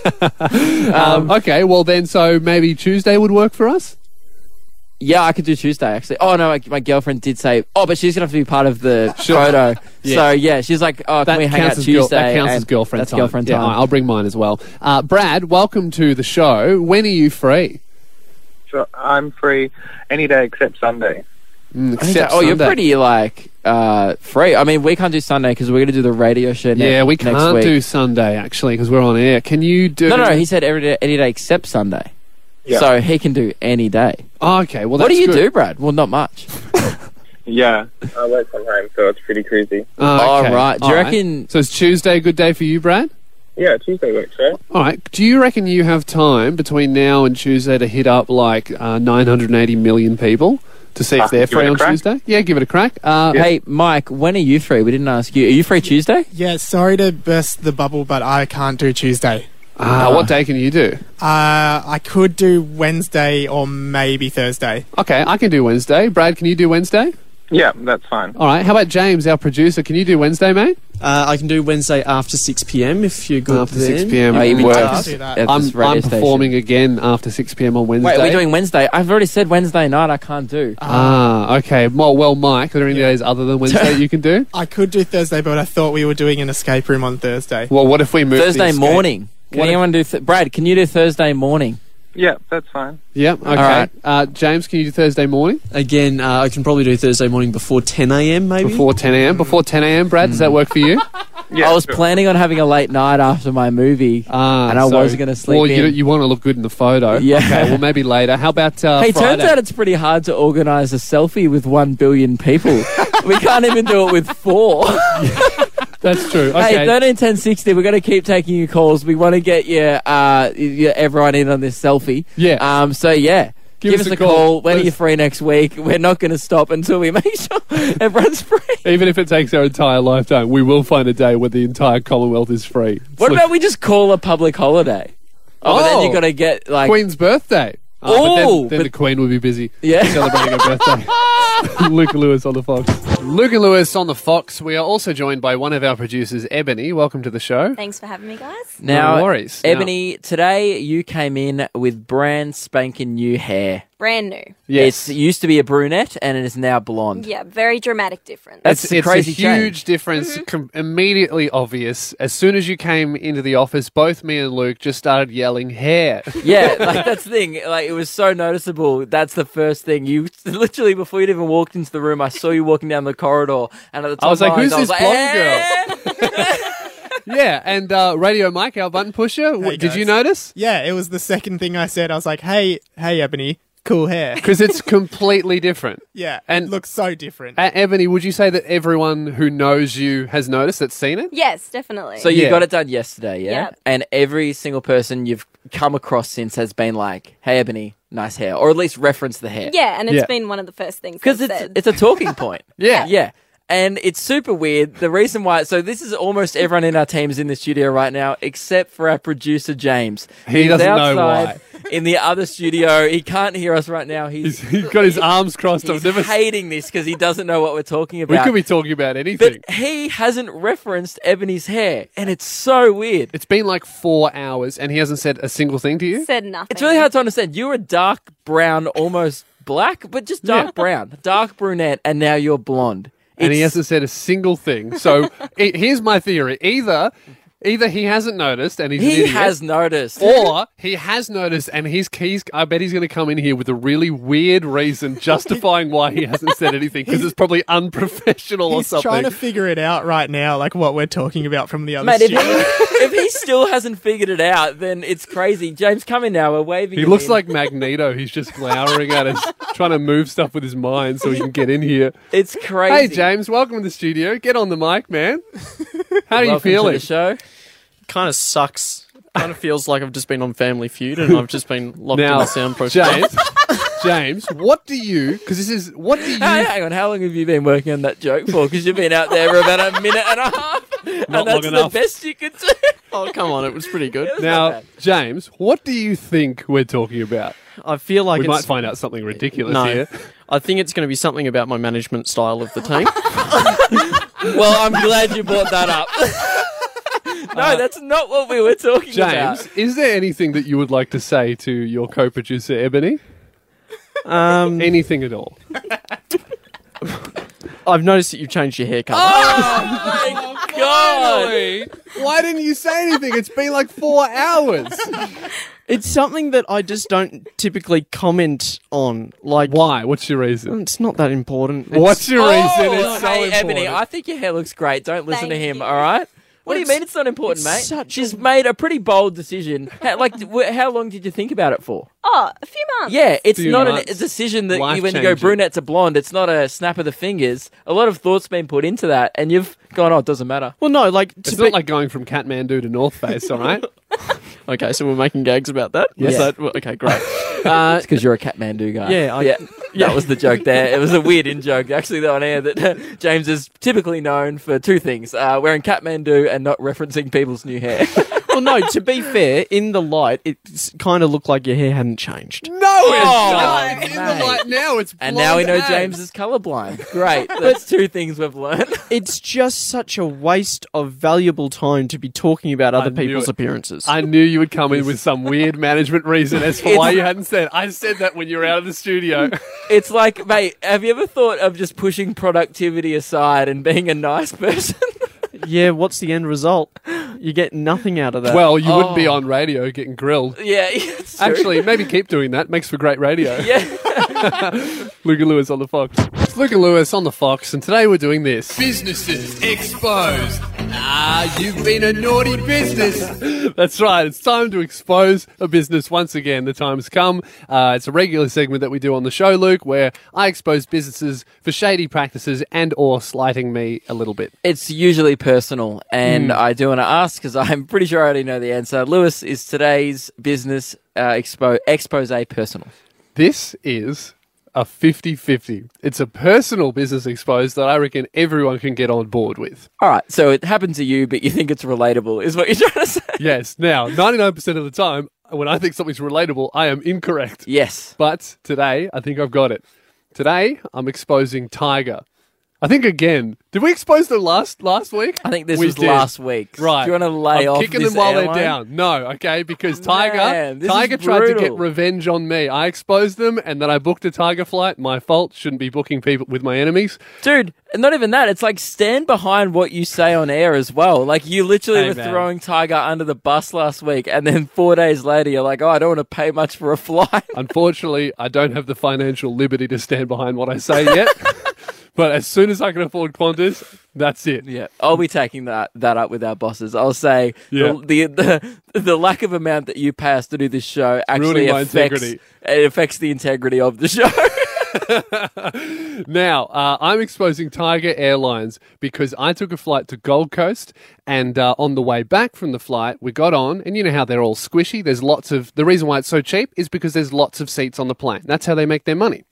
(laughs)
um, okay. Well, then, so maybe Tuesday would work for us.
yeah, I could do Tuesday actually. Oh no, my, my girlfriend did say. Oh, but she's gonna have to be part
(laughs)
of the photo. So yeah, she's like, oh, can we hang out
counts as
Tuesday?
girl- that counts
And
as girlfriend
That's
time.
girlfriend
Yeah,
time.
I'll bring mine as well. Uh, Brad, welcome to the show. When are you free?
So I'm free any day except Sunday.
Mm,
I think
except
that- oh, you're
Sunday.
pretty like uh, free. I mean, we can't do Sunday because we're gonna do the radio show. Ne-
Yeah, we
next
can't
week.
do Sunday actually because we're on air. Can you do?
No, no, he said every day, any day except Sunday.
Yeah.
So he can do any day.
Oh, okay. Well,
what do
that's
you
good.
do, Brad? Well, not much.
Yeah, I work from home, so it's pretty crazy.
Oh, okay.
Oh, right. Do you
All
reckon-
So is Tuesday a good day for you, Brad?
Yeah, Tuesday works, right?
All right. Do you reckon you have time between now and Tuesday to hit up like uh, 980 million people to see
Uh,
if they're
give it
free
a
on
crack.
Tuesday? Yeah, give it a crack. Uh,
Hey, Mike, when are you free? We didn't ask you. Are you free Tuesday?
Yeah, sorry to burst the bubble, but I can't do Tuesday.
Ah.
uh, what day can you do?
Uh, I could do Wednesday or maybe Thursday.
Okay, I can do Wednesday. Brad, can you do Wednesday?
Yeah, that's fine.
All right. How about James, our producer? Can you do Wednesday, mate?
Uh, I can do Wednesday after 6 p.m. if you're good
after
then.
6 p.m.
Oh, you've been
works.
I can
Yes.
do that.
At
I'm,
this radio
I'm
station.
performing again after 6 p.m. on Wednesday.
Wait, we're doing Wednesday. I've already said Wednesday night. I can't do.
Ah, okay. Well, well, Mike, are there any days other than
(laughs)
Wednesday you can do?
I could do Thursday, but I thought we were doing an escape room on Thursday.
Well, what if we move
Thursday
the
morning. Can
What if-
anyone do? Th- Brad, can you do Thursday morning?
Yeah, that's fine.
Yep. Okay.
right.
Uh, James, can you do Thursday morning
Again, uh, I can probably do Thursday morning before 10 a.m. maybe.
before 10 a.m.? Before 10 a.m., Brad, does that work for you?
Yeah,
I was
sure.
planning on having a late night after my movie,
Ah,
(laughs) and I
so-
was going to sleep
Well,
in.
you, you want to look good in the photo.
Yeah.
Okay. Well, maybe later. How about uh,
Hey,
Friday?
turns out it's pretty hard to organise a selfie with one
(laughs)
billion people. we can't even do it with four.
that's true.
Hey,
Okay.
thirteen ten sixty. We're going to keep taking your calls. We want to get your, uh, your everyone in on this selfie.
Yeah.
(laughs) Um. So yeah,
Give Give,
us, a call. When are you free next week? We're not going to stop until we (laughs) make sure
(laughs)
everyone's free.
Even if it takes our entire lifetime, we will find a day where the entire Commonwealth is free.
What
It's
about we just call a public holiday? Oh, but then you
Oh.
got to get
like
like
Queen's birthday? Oh, but then,
Oh,
then
but-
the Queen will be (laughs) busy
(laughs) Yeah.
celebrating her (laughs) birthday. Luke and Lewis on the Fox. Luke and Lewis on the Fox. We are also joined by one of our producers, Ebony. Welcome to the show.
Thanks for having me, guys.
now.
No worries. Now-
Ebony, today you came in with brand spanking new hair.
Brand new.
It's, it used to be a brunette and it is now blonde.
Yeah, very dramatic difference.
That's a
it's
crazy
a huge difference, com- immediately obvious. As soon as you came into the office, both me and Luke just started yelling hair.
yeah, like that's the thing. Like it was so noticeable. That's the first thing you (laughs) literally before you'd even walked into the room, I saw you walking down the corridor, and at the top
I was
of
like,
my
"Who's
eyes, I was
this
like,
blonde
"Eh."
girl?" (laughs) yeah, and uh, Radio Mike, our button pusher, w- did you notice?
Yeah, it was the second thing I said. I was like, hey, hey, Ebony, cool hair.
Because it's completely different.
yeah,
And-
and looks so different.
Uh, Ebony, would you say that everyone who knows you has noticed that's seen it? (laughs)
Yes, definitely.
So you
Yeah.
got it done yesterday, yeah?
Yep.
And every single person you've come across since has been like, "Hey, Ebony, nice hair," or at least reference the hair.
yeah, and it's
Yeah.
been one of the first things
because
they've
it's
said.
it's a talking point.
(laughs) Yeah.
yeah. And it's super weird. The reason why, so this is almost everyone in our team is in the studio right now, except for our producer James.
He
He's
doesn't know
outside In the other studio, he can't hear us right now. He's,
He's got his arms crossed.
he's
I've never.
hating this because he doesn't know what we're talking
we
about.
could be talking about anything.
but he hasn't referenced Ebony's hair, and it's so weird.
It's been like four hours, and he hasn't said a single thing to you.
said nothing.
It's really hard to understand. You were dark brown, almost black, but just dark brown, dark brunette, and now you're blonde.
and he
It's-
hasn't said a single thing. So (laughs) e here's my theory: either, either he hasn't noticed and he's an
he
idiot,
has noticed.
or he has noticed and he's, he's I bet he's going to come in here with a really weird
(laughs)
reason justifying why he hasn't said anything because it's probably unprofessional or
He's
something.
trying to figure it out right now, like what we're talking about from the other
Mate, if
(laughs)
he,
studio.
if he still hasn't figured it out, then it's crazy. James, come in now. We're waving.
he
him
looks
in.
like Magneto. He's just glowering at us, trying to move stuff with his mind so he can get in here.
it's
Hey,
crazy.
James, welcome to the studio. Get on the mic, man. How are you
Welcome to
feeling?
the show.
kind of sucks. Kind of feels like I've just been on Family Feud and I've just been locked in
Now,
the sound
(laughs)
profile.
James, James, what do you? Because this is what (laughs) do you?
Hey, hang on. How long have you been working on that joke for? Because you've been out there for about a minute and
(laughs)
a half,
long
and that's
enough.
the best you could do.
Oh, come on, it was pretty
(laughs)
good.
Now, James, what do you think we're talking about?
I feel like
we
it's-
might find out something ridiculous
no,
here.
I think it's going to be something about my management style of the
(laughs)
team.
well, I'm glad you brought that up. (laughs) no, that's not what we were talking about.
James, is there anything that you would like to say to your co-producer Ebony?
Um,
anything at all?
I've noticed that you've changed your haircut. (laughs)
Oh my god!
Why didn't you say anything? It's been like four hours.
It's something that I just don't typically comment on. Like,
why? What's your reason?
It's not that important.
(laughs) What's your reason?
Oh,
It's so
hey, Ebony,
important.
I think your hair looks great. Don't listen to
Thank
him,
you.
all right? What do you mean it's not important, mate? She's made a pretty bold decision. How, like, (laughs) wh- how long did you think about it for?
Oh, a few months.
Yeah, it's
Few
not an,
months.
a decision that
Life
you, when you go
changing.
brunette to blonde, it's not a snap of the fingers. A lot of thought's been put into that, and you've gone, oh, it doesn't matter.
Well, no, like,
It's
typi-
not like going from Kathmandu to North Face,
(laughs)
all right?
okay, so we're making gags about that. Was
Yeah.
that- well, okay, great. Uh,
It's because you're a Kathmandu guy.
Yeah, I-
yeah. That was the joke there. It was a weird in joke, actually, though, on air that uh, James is typically known for two things uh, wearing Kathmandu and not referencing people's new hair.
well, no, to be fair, in the light, it kind of looked like your hair hadn't changed.
No, it's
Oh,
not. It's in the
mate.
light now. It's
and now we know
blonde as.
James is colorblind. Great. That's two things we've learned. (laughs)
It's just such a waste of valuable time to be talking about other
knew
people's
it.
appearances.
I (laughs) knew you would come in with some weird management reason as to why you hadn't said. I said that when you were out of the
(laughs)
studio.
It's like, mate, have you ever thought of just pushing productivity aside and being a nice person? (laughs)
yeah, what's the end result? You get nothing out of that.
well, you wouldn't be
Oh.
on radio getting grilled.
yeah. it's true.
Actually, maybe keep doing that. Makes for
(laughs)
great radio.
Yeah.
(laughs) Luca Lewis on the Fox. It's Luca Lewis on the Fox, and today we're doing this.
Businesses exposed. Ah, you've been a naughty business.
(laughs) That's right. It's time to expose a business once again. The time's come. Uh, it's a regular segment that we do on the show, Luke, where I expose businesses for shady practices and/or slighting me a little bit.
It's usually personal, and I do want to ask because I'm pretty sure I already know the answer. Lewis is today's business uh, expo expose personal.
This is a 50 50. It's a personal business exposed that I reckon everyone can get on board with.
All right, so it happened to you, but you think it's relatable, is what you're trying to say.
Yes. Now, 99% of the time, when I think something's relatable, I am incorrect.
Yes.
But today, I think I've got it. Today, I'm exposing Tiger. I think again, did we expose them last last week?
I think this
we
was last week.
Right.
Do you wanna lay
I'm
off
kicking
this
them while
airline? Oh,
they're down. No, okay, because Tiger
Man, this is
Tiger tried to get
brutal.
revenge on me. I exposed them and then I booked a Tiger flight. My fault. Shouldn't be booking people with my enemies.
Dude, and not even that. It's like stand behind what you say on air as well. Like you literally
Hey,
were
man.
throwing Tiger under the bus last week, and then four days later, you're like, "Oh, I don't want to pay much for a flight."
Unfortunately, I don't have the financial liberty to stand behind what I say
(laughs)
yet. but as soon as I can afford Qantas, that's it.
Yeah, I'll be taking that that up with our bosses. I'll say
Yeah.
the, the the (laughs) the lack of amount that you pay us to do this show actually
Ruining my
affects
integrity.
it affects the integrity of
(laughs)
the show.
Now, uh, I'm exposing Tiger Airlines because I took a flight to Gold Coast, and uh, on the way back from the flight, we got on, and you know how they're all squishy. There's lots of the reason why it's so cheap is because there's lots of seats on the plane. That's how they make their money.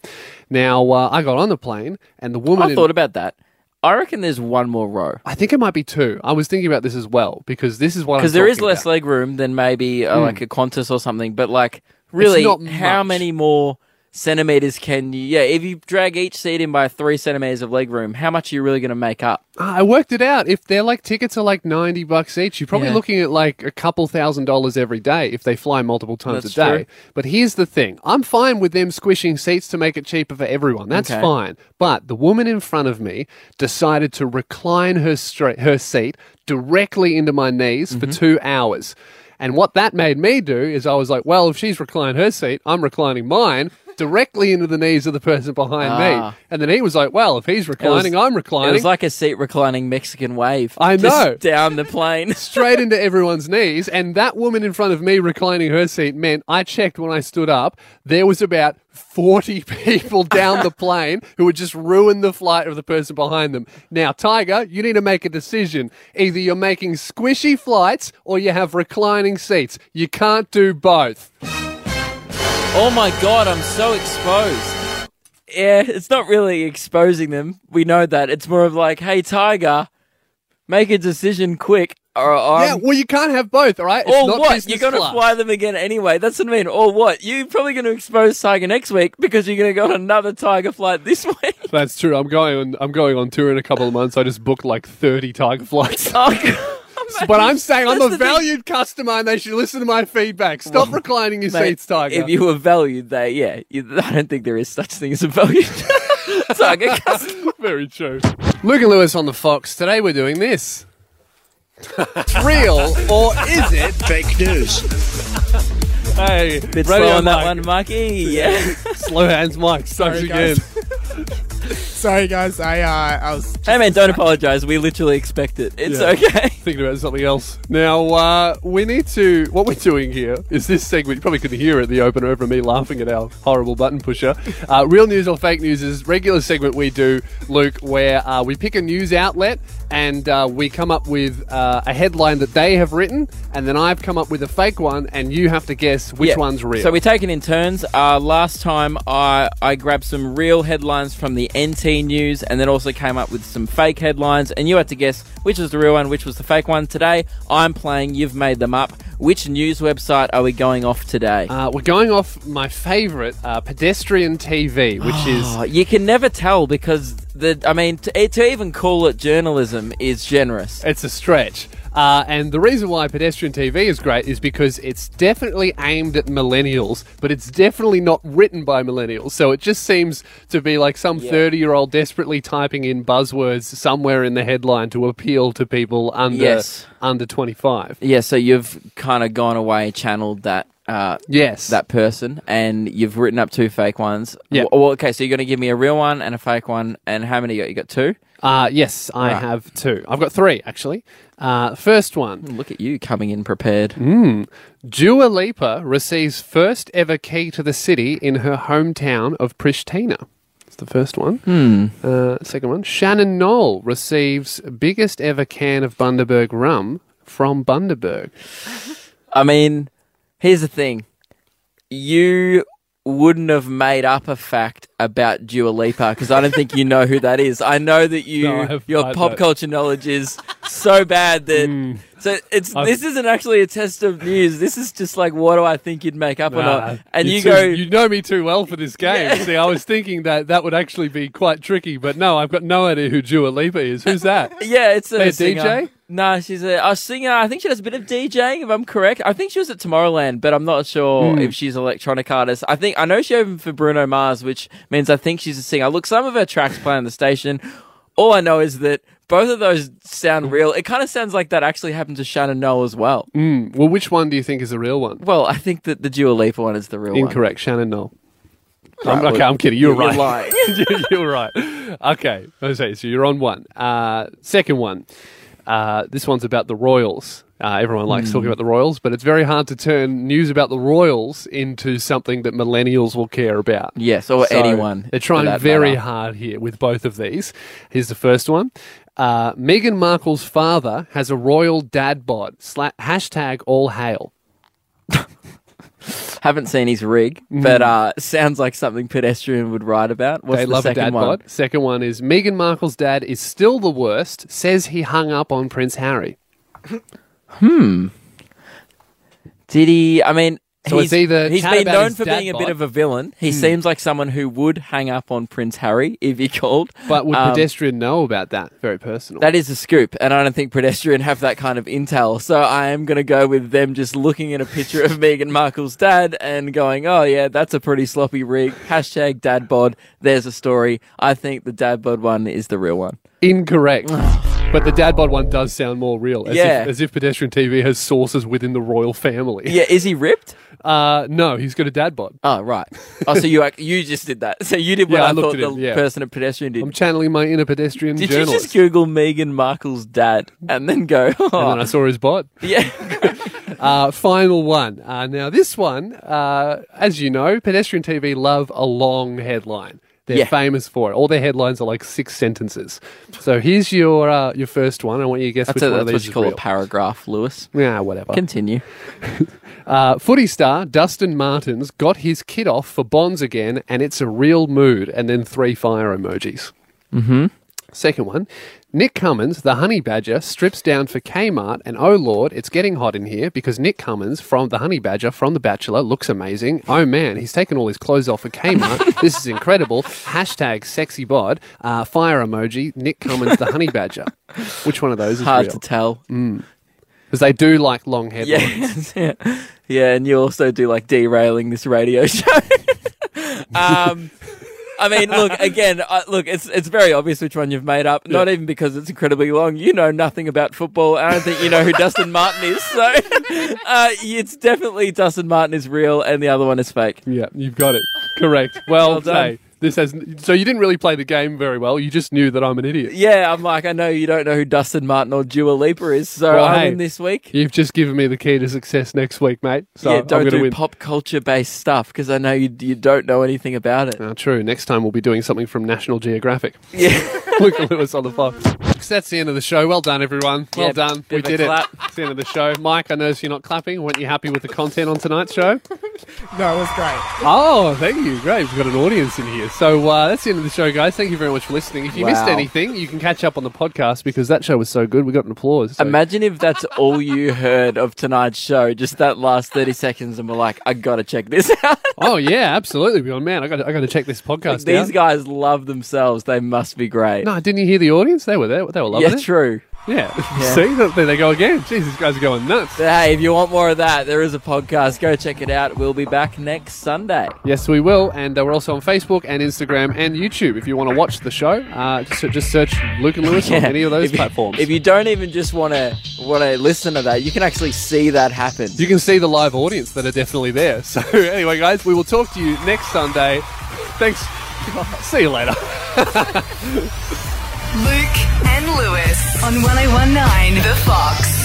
Now, uh, I got on the plane, and the woman
I
in-
thought about that. I reckon there's one more row
I think it might be two. I was thinking about this as well because this is what I'm
because there is
talking
less
about.
leg room than maybe uh,
Mm.
like a Qantas or something. But like, really,
not
how
much.
many more centimeters can you? Yeah, if you drag each seat in by three centimeters of leg room, how much are you really going to make up?
Ah, I worked it out. If they're like tickets are like ninety bucks each, you're probably
Yeah.
looking at like a couple thousand dollars every day if they fly multiple times
That's
a day.
true.
But here's the thing: I'm fine with them squishing seats to make it cheaper for everyone. That's
Okay.
fine. But the woman in front of me decided to recline her stra- her seat directly into my knees
Mm-hmm.
for two hours. And what that made me do is I was like, well, if she's reclined her seat, I'm reclining mine directly into the knees of the person behind
Ah.
me. And then he was like, well, if he's
It was-
reclining, I'm reclining.
It was like a seat reclining Mexican wave.
I
Just
know.
down the plane.
straight into everyone's knees. And that woman in front of me reclining her seat meant I checked when I stood up, there was about 40 (laughs) people down the plane who would just ruin the flight of the person behind them. Now, Tiger, you need to make a decision. Either you're making squishy flights or you have reclining seats. You can't do both.
Oh my god, I'm so exposed. Yeah, it's not really exposing them. We know that. It's more of like, hey, Tiger, make a decision quick. Or, or
yeah, well, you can't have both, all right? It's
Um, or
not
what?
business
You're going to
class.
fly them again anyway. That's what I mean. Or what? You're probably going to expose Tiger next week because you're going to go on another Tiger flight this
(laughs)
week.
That's true. I'm going on. I'm going on tour in a couple of months. I just booked like 30 Tiger flights.
(laughs) Oh, God.
But I'm saying I'm
That's
a
the thing.
valued customer and they should listen to my feedback. Stop reclining your
Mate,
seats, Tiger.
If you were valued, they yeah. You, I don't think there is such thing as a valued (laughs)
(laughs)
Tiger. customer.
(laughs) Very true. Luke and Lewis on the Fox. Today we're doing (laughs) this. Real or is it fake news? hey,
Bit
radio
slow on that
mic.
one, Mikey. Yeah.
Slow hands, Mike. Sucks
Sorry,
again.
guys. Sorry, guys. I uh, I was
Hey man, don't apologise. We literally expect it. It's
Yeah.
okay.
Thinking about something else. Now, uh, we need to. What we're doing here is this segment. You probably couldn't hear it at the opener over me laughing at our horrible button pusher. Uh, Real news or fake news is regular segment we do, Luke, where uh, we pick a news outlet and uh, we come up with uh, a headline that they have written, and then I've come up with a fake one, and you have to guess which
Yeah.
one's real.
So we're taking in turns. Uh, last time I I grabbed some real headlines from the NT news, and then also came up with some fake headlines, and you had to guess which was the real one, which was the fake one. Today I'm playing. You've made them up. Which news website are we going off today?
uh, we're going off my favourite, uh, pedestrian TV, which is
Oh, you can never tell because the I mean to, to even call it journalism is generous.
It's a stretch. Uh, and the reason why pedestrian TV is great is because it's definitely aimed at millennials, but it's definitely not written by millennials. So it just seems to be like some 30 year old desperately typing in buzzwords somewhere in the headline to appeal to people under
Yes.
under 25.
Yeah, so you've kind of gone away, channeled that uh,
Yes.
that person, and you've written up two fake ones.
Yeah.
Well, okay, so you're going to give me a real one and a fake one, and how many you got? You got two.
uh, yes, I
Right.
have two. I've got three, actually. Uh, first one
Look at you coming in prepared.
Dua Lipa receives first ever key to the city in her hometown of Pristina. That's the first one. Uh, second one. Shannon Knoll receives biggest ever can of Bundaberg rum from Bundaberg.
I mean, here's the thing: you wouldn't have made up a fact about Dua Lipa because I don't think you know who that is. I know that you
No, I have-
your
I
pop
don't.
culture knowledge is so bad that so it's
I've-
this isn't actually a test of news. This is just like what do I think you'd make up or
Nah,
not? uh, And you
too-
go
Ah, you know me too well for this game. See, I was thinking that that would actually be quite tricky, but no, I've got no idea who Dua Lipa is. Who's that?
Yeah, it's a,
They a
singer.
DJ?
No, she's a, a singer. I think she does a bit of DJing, if I'm correct. I think she was at Tomorrowland, but I'm not sure
Hmm.
if she's an electronic artist. I think I know she opened for Bruno Mars, which means I think she's a singer. Look, some of her tracks play on the station. All I know is that both of those sound real. It kind of sounds like that actually happened to Shannon Noel as well.
Mm, (laughs) well, which one do you think is the real one?
Well, I think that the Dua Lipa one is the real one.
Incorrect, Shannon Noel. I'm,
Right,
okay,
well,
I'm kidding. You're,
you're
right. (laughs) You- you're right. Okay, okay, so you're on one. Uh, second one. Uh, this one's about the Royals. Uh, everyone likes
Hmm.
talking about the Royals, but it's very hard to turn news about the Royals into something that millennials will care about.
Yes, or anyone,
They're
for
trying
that
very
matter.
hard here with both of these. Here's the first one. Uh, Meghan Markle's father has a royal dad bod. Sla- hashtag all hail.
Haven't seen his rig,
Hmm.
but uh, sounds like something pedestrian would write about. What's
they
the
love
second
a dad
one?
bod. Second one is Meghan Markle's dad is still the worst. Says he hung up on Prince Harry.
Hmm. Did he? I mean,
So it's
he's,
either
he's
chat
been
about
known
his
for being a
dad
bit
bod.
of a villain. He
Hmm.
seems like someone who would hang up on Prince Harry if he called.
But would
Um,
pedestrian know about that? Very personal.
That is a scoop, and I don't think pedestrian have that kind of intel. So I am going to go with them just looking at a picture of (laughs) Meghan Markle's dad and going, "Oh yeah, that's a pretty sloppy rig." Hashtag dad bod. There's a story. I think the dad bod one is the real one.
Incorrect. but the dad bod one does sound more real. As
Yeah.
If, as if pedestrian TV has sources within the royal family.
Yeah, is he ripped?
Uh, no, he's got a dad bod.
Oh right. Oh, so you act- you just did that. So you did what
Yeah,
I,
I looked
thought
at
the
him, yeah.
person at pedestrian did.
I'm channeling my inner pedestrian
Did
journalist.
you just Google Meghan Markle's dad and then go? (laughs) Oh.
and then I saw his bod.
Yeah.
(laughs) uh, final one. Uh, now, this one, uh, as you know, pedestrian TV love a long headline. They're
Yeah.
famous for it. All their headlines are like six sentences. So here's your uh, your first one. I want you to guess which
That's, a,
one of
that's
these
what you
is
call
real.
a paragraph, Lewis.
Yeah, whatever.
Continue.
Uh, footy star Dustin Martins got his kid off for Bonds again, and it's a real mood. And then three fire emojis.
Mm-hmm.
Second one, Nick Cummins, the honey badger, strips down for Kmart, and oh lord, it's getting hot in here because Nick Cummins from the honey badger from The Bachelor looks amazing. Oh man, he's taken all his clothes off for
(laughs)
Kmart. this is incredible. Hashtag sexy bod. Uh, fire emoji. Nick Cummins, the honey badger. Which one of those is
Hard
real? Mm-hmm.
to tell. (laughs)
Because they do like long headlines.
Yeah. (laughs) yeah, and you also do like derailing this radio (laughs) show. um, I mean, look again. Uh, look, it's it's very obvious which one you've made up. Not even because it's incredibly long. You know nothing about football. and I don't think you know who Dustin Martin is. So (laughs) uh, it's definitely Dustin Martin is real, and the other one is fake.
Yeah, you've got it. Correct. Well,
Well done.
hey, this has. So you didn't really play the game very well. You just knew that I'm an idiot.
Yeah, I'm like, I know you don't know who Dustin Martin or Dua Lipa is, so
Well,
I'm
hey,
in this week.
You've just given me the key to success next week, mate. So
yeah,
I'm
don't
going to
do
win.
pop culture based stuff because I know you you don't know anything about it.
Uh, true. Next time we'll be doing something from National Geographic. (laughs) Yeah. Luke Lewis on the Fox. So that's the end of the show. Well done, everyone. Well
Yeah,
done.
bit
We
of a
did it.
clap.
It's the end of the show. Mike, I notice you're not clapping. Weren't you happy with the content on tonight's show?
No, it was great.
Oh, thank you. Great. We've got an audience in here. So uh, that's the end of the show, guys. Thank you very much for listening. If you missed
Wow.
anything, you can catch up on the podcast because that show was so good. We got an applause. So-
Imagine if that's all you heard of tonight's show, just that last 30 seconds, and we're like, I gotta check this (laughs) out.
oh, yeah, absolutely. Beyond man, I got I got to check this podcast
These
out.
guys love themselves. They must be great.
No, didn't you hear the audience? They were there. They were loving
yeah,
it.
true.
Yeah.
(laughs) Yeah.
See, there they go again. Jesus, these guys are going nuts.
But hey, if you want more of that, there is a podcast. Go check it out. We'll be back next Sunday.
Yes, we will. And uh, we're also on Facebook and Instagram and YouTube if you want to watch the show. Uh, just, just search Luke and Lewis on
(laughs) Yeah.
any of those
If you-
platforms.
If you don't even just want to want to listen to that, you can actually see that happen.
You can see the live audience that are definitely there. So, (laughs) anyway, guys, we will talk to you next Sunday. Thanks. (laughs) See you later.
Luke and Lewis on 1019 The Fox.